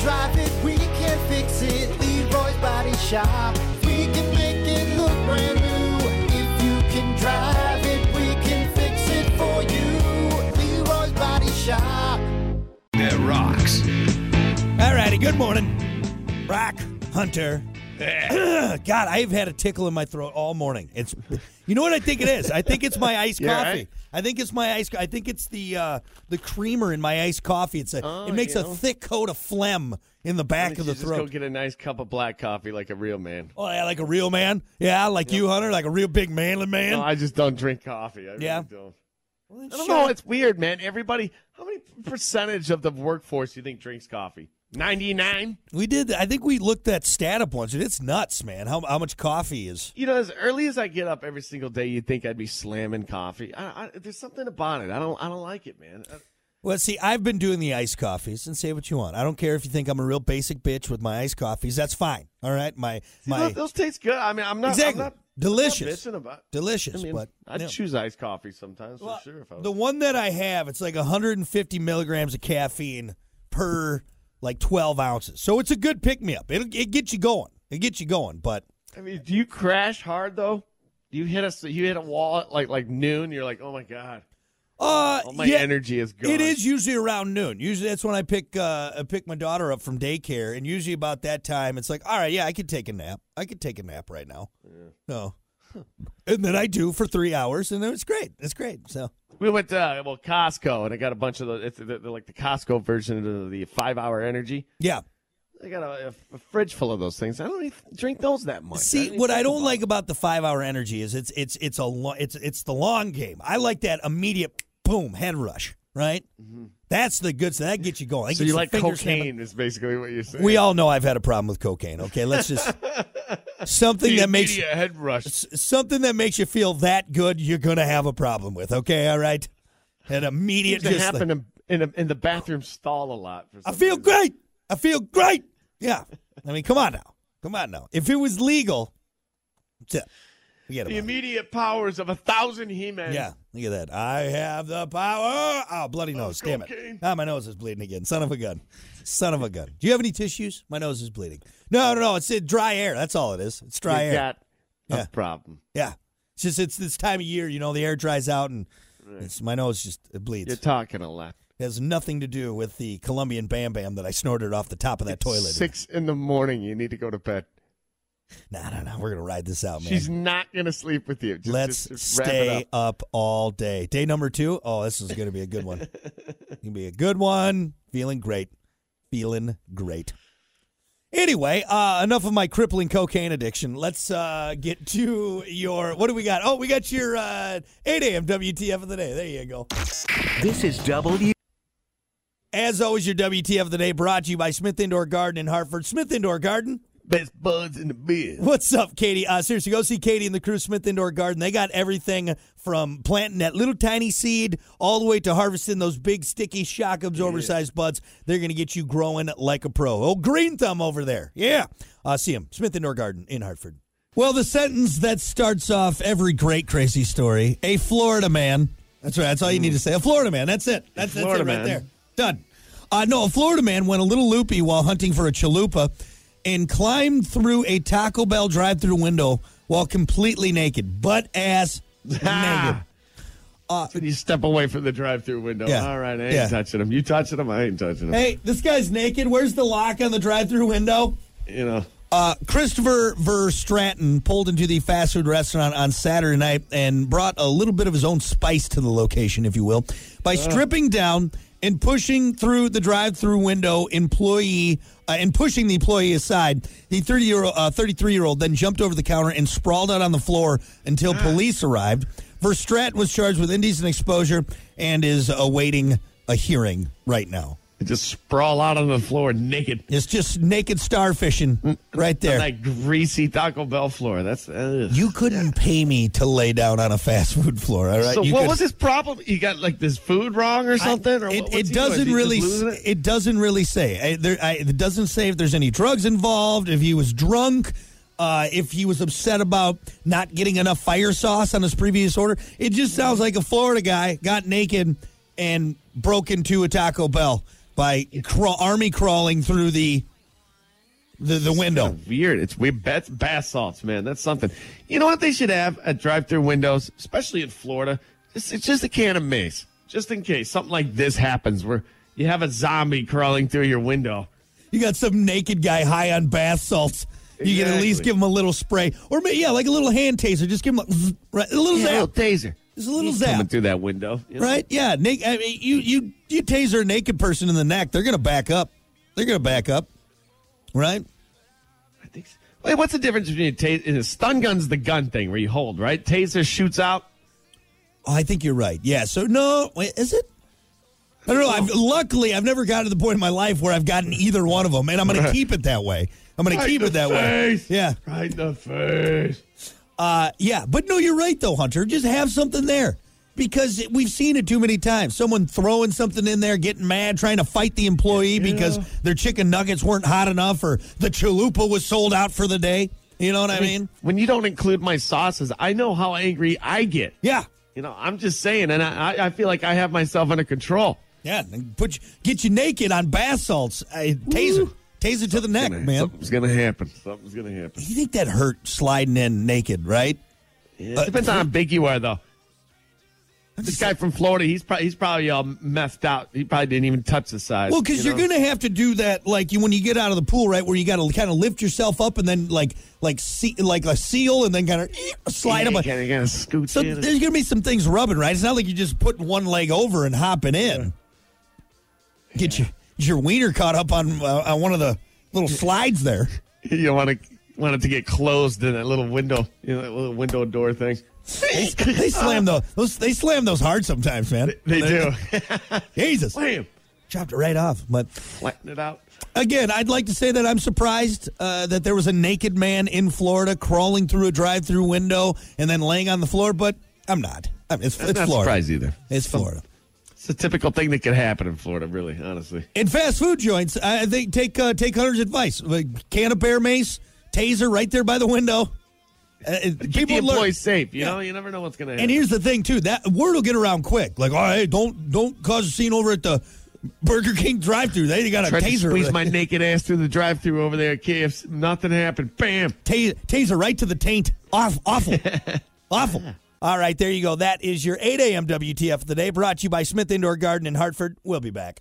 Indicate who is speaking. Speaker 1: drive it, we can fix it. Leroy's Body Shop. We can make it look brand new. If you can drive it, we can fix it for you. Leroy's Body Shop.
Speaker 2: That rocks.
Speaker 3: All righty, good morning, Rock Hunter. God, I've had a tickle in my throat all morning. It's, you know what I think it is. I think it's my iced
Speaker 2: Yeah,
Speaker 3: coffee.
Speaker 2: right?
Speaker 3: I think it's my ice. I think it's the uh, the creamer in my iced coffee. It's a,
Speaker 4: Oh,
Speaker 3: it makes a thick coat of phlegm in the back of the
Speaker 4: just go
Speaker 3: throat.
Speaker 4: get a nice cup of black coffee like a real man.
Speaker 3: Oh, yeah, like a real man. Yeah, like you, Hunter, like a real big manly man.
Speaker 4: No, Oh, I just don't drink coffee. I
Speaker 3: Yeah.
Speaker 4: really don't.
Speaker 3: Well,
Speaker 4: I don't
Speaker 3: sure.
Speaker 4: know. It's weird, man. Everybody, how many percentage of the workforce do you think drinks coffee? 99?
Speaker 3: we did. I think we looked that stat up once, and it's nuts, man. How how much coffee is?
Speaker 4: You know, as early as I get up every single day, you'd think I'd be slamming coffee. I, I, there's something about it. I don't. I don't like it, man. Uh,
Speaker 3: Well, see, I've been doing the iced coffees, and say what you want. I don't care if you think I'm a real basic bitch with my iced coffees. That's fine. All right, my
Speaker 4: you know,
Speaker 3: my
Speaker 4: those taste good. I mean, I'm not.
Speaker 3: Exactly.
Speaker 4: I'm not,
Speaker 3: Delicious.
Speaker 4: I'm not bitching about. I
Speaker 3: delicious,
Speaker 4: mean,
Speaker 3: but
Speaker 4: I'd
Speaker 3: no.
Speaker 4: choose iced coffee sometimes for sure. If I was,
Speaker 3: the one that I have, it's like 150 milligrams of caffeine per like 12 ounces. So it's a good pick me up. It'll it gets you going. It gets you going, but
Speaker 4: I mean, do you crash hard though? Do you hit a you hit a wall at like like noon? You're like, oh my god,
Speaker 3: uh,
Speaker 4: all my
Speaker 3: yeah,
Speaker 4: energy is gone.
Speaker 3: It is usually around noon. Usually that's when I pick uh, I pick my daughter up from daycare, and usually about that time, it's like, all right, yeah, I could take a nap. I could take a nap right now. No, and then I do for three hours, and then it's great. It's great. So
Speaker 4: We went to uh, well Costco and I got a bunch of the it's the, the, like the Costco version of the five hour energy.
Speaker 3: yeah.
Speaker 4: I got a, a fridge full of those things. I don't even drink those that much.
Speaker 3: See,
Speaker 4: even
Speaker 3: what I
Speaker 4: think
Speaker 3: don't
Speaker 4: about
Speaker 3: like
Speaker 4: it.
Speaker 3: about the five hour energy is it's it's it's a lo- it's it's the long game. I like that immediate boom head rush. Right. That's the good. So that gets you going. That
Speaker 4: Mm-hmm. So
Speaker 3: gets
Speaker 4: you
Speaker 3: the
Speaker 4: like cocaine
Speaker 3: fingers snapping.
Speaker 4: is basically what you're saying.
Speaker 3: We all know I've had a problem with cocaine. Okay, let's just something
Speaker 4: The
Speaker 3: that makes
Speaker 4: immediate head rush.
Speaker 3: s- something that makes you feel that good, you're gonna have a problem with. Okay, all right. An immediate
Speaker 4: It
Speaker 3: just like,
Speaker 4: happened in, in, a, in the bathroom stall a lot. For
Speaker 3: I
Speaker 4: some
Speaker 3: feel
Speaker 4: reason.
Speaker 3: great. I feel great. Yeah. I mean, come on now. Come on now. If it was legal, t- forget
Speaker 4: The
Speaker 3: about it.
Speaker 4: immediate powers of a thousand he-men.
Speaker 3: Yeah, look at that. I have the power. Oh, bloody nose. Damn it.
Speaker 4: cocaine.
Speaker 3: Ah, my nose is bleeding again. Son of a gun. Son of a gun. Do you have any tissues? My nose is bleeding. No, no, no. It's uh, dry air. That's all it is. It's dry
Speaker 4: you
Speaker 3: air.
Speaker 4: got
Speaker 3: Yeah.
Speaker 4: a problem.
Speaker 3: Yeah. It's just it's this time of year, you know, the air dries out and it's, my nose just it bleeds.
Speaker 4: You're talking a lot.
Speaker 3: It has nothing to do with the Colombian Bam Bam that I snorted off the top of that toilet.
Speaker 4: Six in the morning. You need to go to bed.
Speaker 3: No, no, no. We're gonna ride this out, man.
Speaker 4: She's not going to sleep with you. Just,
Speaker 3: Let's
Speaker 4: just, just wrap it
Speaker 3: stay
Speaker 4: up.
Speaker 3: up. all day. Day number two. Oh, this is gonna be a good one. gonna be a good one. Feeling great. Feeling great. Anyway, uh, enough of my crippling cocaine addiction. Let's uh, get to your. What do we got? Oh, we got your uh, 8 a.m. WTF of the day. There you go.
Speaker 2: This is W.
Speaker 3: As always, your WTF of the day brought to you by Smith Indoor Garden in Hartford. Smith Indoor Garden.
Speaker 4: Best buds in the biz.
Speaker 3: What's up, Katie? Uh, seriously, go see Katie and the crew Smith Indoor Garden. They got everything from planting that little tiny seed all the way to harvesting those big, sticky, shock absorber sized buds. They're going to get you growing like a pro. Oh, green thumb over there. Yeah. Uh, see him. Smith Indoor Garden in Hartford. Well, the sentence that starts off every great crazy story a Florida man. That's right. That's all you need to say. A Florida man. That's it. That's, that's
Speaker 4: Florida
Speaker 3: it right
Speaker 4: man.
Speaker 3: there. Done. Uh, no, a Florida man went a little loopy while hunting for a chalupa and climbed through a Taco Bell drive through window while completely naked, butt ass naked.
Speaker 4: Did Ah. you step away from the drive-through window?
Speaker 3: Uh, Yeah.
Speaker 4: All right, I ain't
Speaker 3: Yeah.
Speaker 4: touching him. You touching him? I ain't touching him.
Speaker 3: Hey, this guy's naked. Where's the lock on the drive through window?
Speaker 4: You know,
Speaker 3: Uh, Christopher Ver Stratton pulled into the fast food restaurant on Saturday night and brought a little bit of his own spice to the location, if you will, by stripping down and pushing through the drive-through window employee uh, and pushing the employee aside. The 30 year, uh, 33-year-old then jumped over the counter and sprawled out on the floor until police arrived. Verstratton was charged with indecent exposure and is awaiting a hearing right now.
Speaker 4: just sprawl out on the floor naked.
Speaker 3: It's just naked starfishing right there.
Speaker 4: on That greasy Taco Bell floor. That's uh, ugh.
Speaker 3: You couldn't pay me to lay down on a fast food floor, all right?
Speaker 4: So
Speaker 3: You
Speaker 4: what
Speaker 3: could-
Speaker 4: was his problem? He got like this food wrong or something? or
Speaker 3: it,
Speaker 4: what-
Speaker 3: it
Speaker 4: what's he doing? Is
Speaker 3: doesn't
Speaker 4: he just
Speaker 3: really. s-
Speaker 4: losing
Speaker 3: It?
Speaker 4: it?
Speaker 3: doesn't really say. I, there, I, it doesn't say if there's any drugs involved. If he was drunk. Uh, if he was upset about not getting enough fire sauce on his previous order, it just sounds like a Florida guy got naked and broke into a Taco Bell. by craw- army crawling through the the, the window.
Speaker 4: Weird. It's weird. That's bath salts, man. That's something. You know what they should have at drive-through windows, especially in Florida? It's, it's just a can of mace, just in case something like this happens, where you have a zombie crawling through your window.
Speaker 3: You got some naked guy high on bath salts. You can at least
Speaker 4: Exactly.
Speaker 3: give him a little spray, or may- yeah, like a little hand taser. Just give him like, zzz, right, a
Speaker 4: Yeah,
Speaker 3: little
Speaker 4: a
Speaker 3: zap.
Speaker 4: little taser.
Speaker 3: Just a little
Speaker 4: He's
Speaker 3: zap.
Speaker 4: coming through that window. you know?
Speaker 3: Right? Yeah. Nick, I mean, you you you taser a naked person in the neck, they're gonna back up. They're gonna back up. Right?
Speaker 4: I think so. Wait, what's the difference between a taser? and A stun gun's the gun thing where you hold, right? Taser shoots out.
Speaker 3: Oh, I think you're right. Yeah. So no, wait, is it? I don't know. I've, luckily, I've never gotten to the point in my life where I've gotten either one of them, and I'm going to keep it that way. I'm going to keep it that way. Yeah.
Speaker 4: Right in the face.
Speaker 3: Uh, yeah, but no, you're right though, Hunter. Just have something there because we've seen it too many times. Someone throwing something in there, getting mad, trying to fight the employee because their chicken nuggets weren't hot enough or the chalupa was sold out for the day. You know what I mean?
Speaker 4: When you don't include my sauces, I know how angry I get.
Speaker 3: Yeah,
Speaker 4: You know, I'm just saying, and I, I- I feel like I have myself under control.
Speaker 3: yeah. and Put you, get you naked on bath salts, uh, taser, taser to the neck,
Speaker 4: Gonna-
Speaker 3: man.
Speaker 4: Something's going to happen. Something's going to happen.
Speaker 3: You think that hurt sliding in naked, right?
Speaker 4: It
Speaker 3: Uh,
Speaker 4: depends on how big you are, though. This guy from Florida, he's probably he's probably all messed out. He probably didn't even touch the size.
Speaker 3: Well, because you
Speaker 4: you
Speaker 3: are
Speaker 4: know?
Speaker 3: gonna have to do that, like you when you get out of the pool, right? Where you got to kind of lift yourself up and then like like see, like a seal, and then kind of slide
Speaker 4: Yeah,
Speaker 3: up.
Speaker 4: kinda- kinda scoot
Speaker 3: So
Speaker 4: in and-
Speaker 3: there's gonna be some things rubbing, right? It's not like you just put one leg over and hopping in. Get your get your wiener caught up on uh, on one of the little slides there.
Speaker 4: you don't want to want it to get closed in that little window, you know, that little window door thing.
Speaker 3: They, they slam those, those they slam those hard sometimes, man.
Speaker 4: They do.
Speaker 3: Jesus,
Speaker 4: Wham!
Speaker 3: chopped it right off. But
Speaker 4: Flatten it out.
Speaker 3: again, I'd like to say that I'm surprised uh, that there was a naked man in Florida crawling through a drive-through window and then laying on the floor, but I'm not. I mean, it's, it's
Speaker 4: not
Speaker 3: Florida.
Speaker 4: surprised either.
Speaker 3: It's Florida.
Speaker 4: It's a typical thing that could happen in Florida, really, honestly.
Speaker 3: In fast food joints, I think take uh, take Hunter's advice. Like, Can of bear mace, taser right there by the window. Uh, it-
Speaker 4: Keep the
Speaker 3: people learn.
Speaker 4: employees safe. You
Speaker 3: Yeah.
Speaker 4: know, you never know what's going to happen.
Speaker 3: And here's the thing, too. That word will get around quick. Like, all right, don't don't cause a scene over at the Burger King drive-through. They got a
Speaker 4: Tried to
Speaker 3: taser.
Speaker 4: squeeze my naked ass through the drive-through over there at KFC. Nothing happened. Bam.
Speaker 3: ta- taser right to the taint. Off, awful, awful. All right, there you go. That is your 8 a.m. WTF of the day, brought to you by Smith Indoor Garden in Hartford. We'll be back.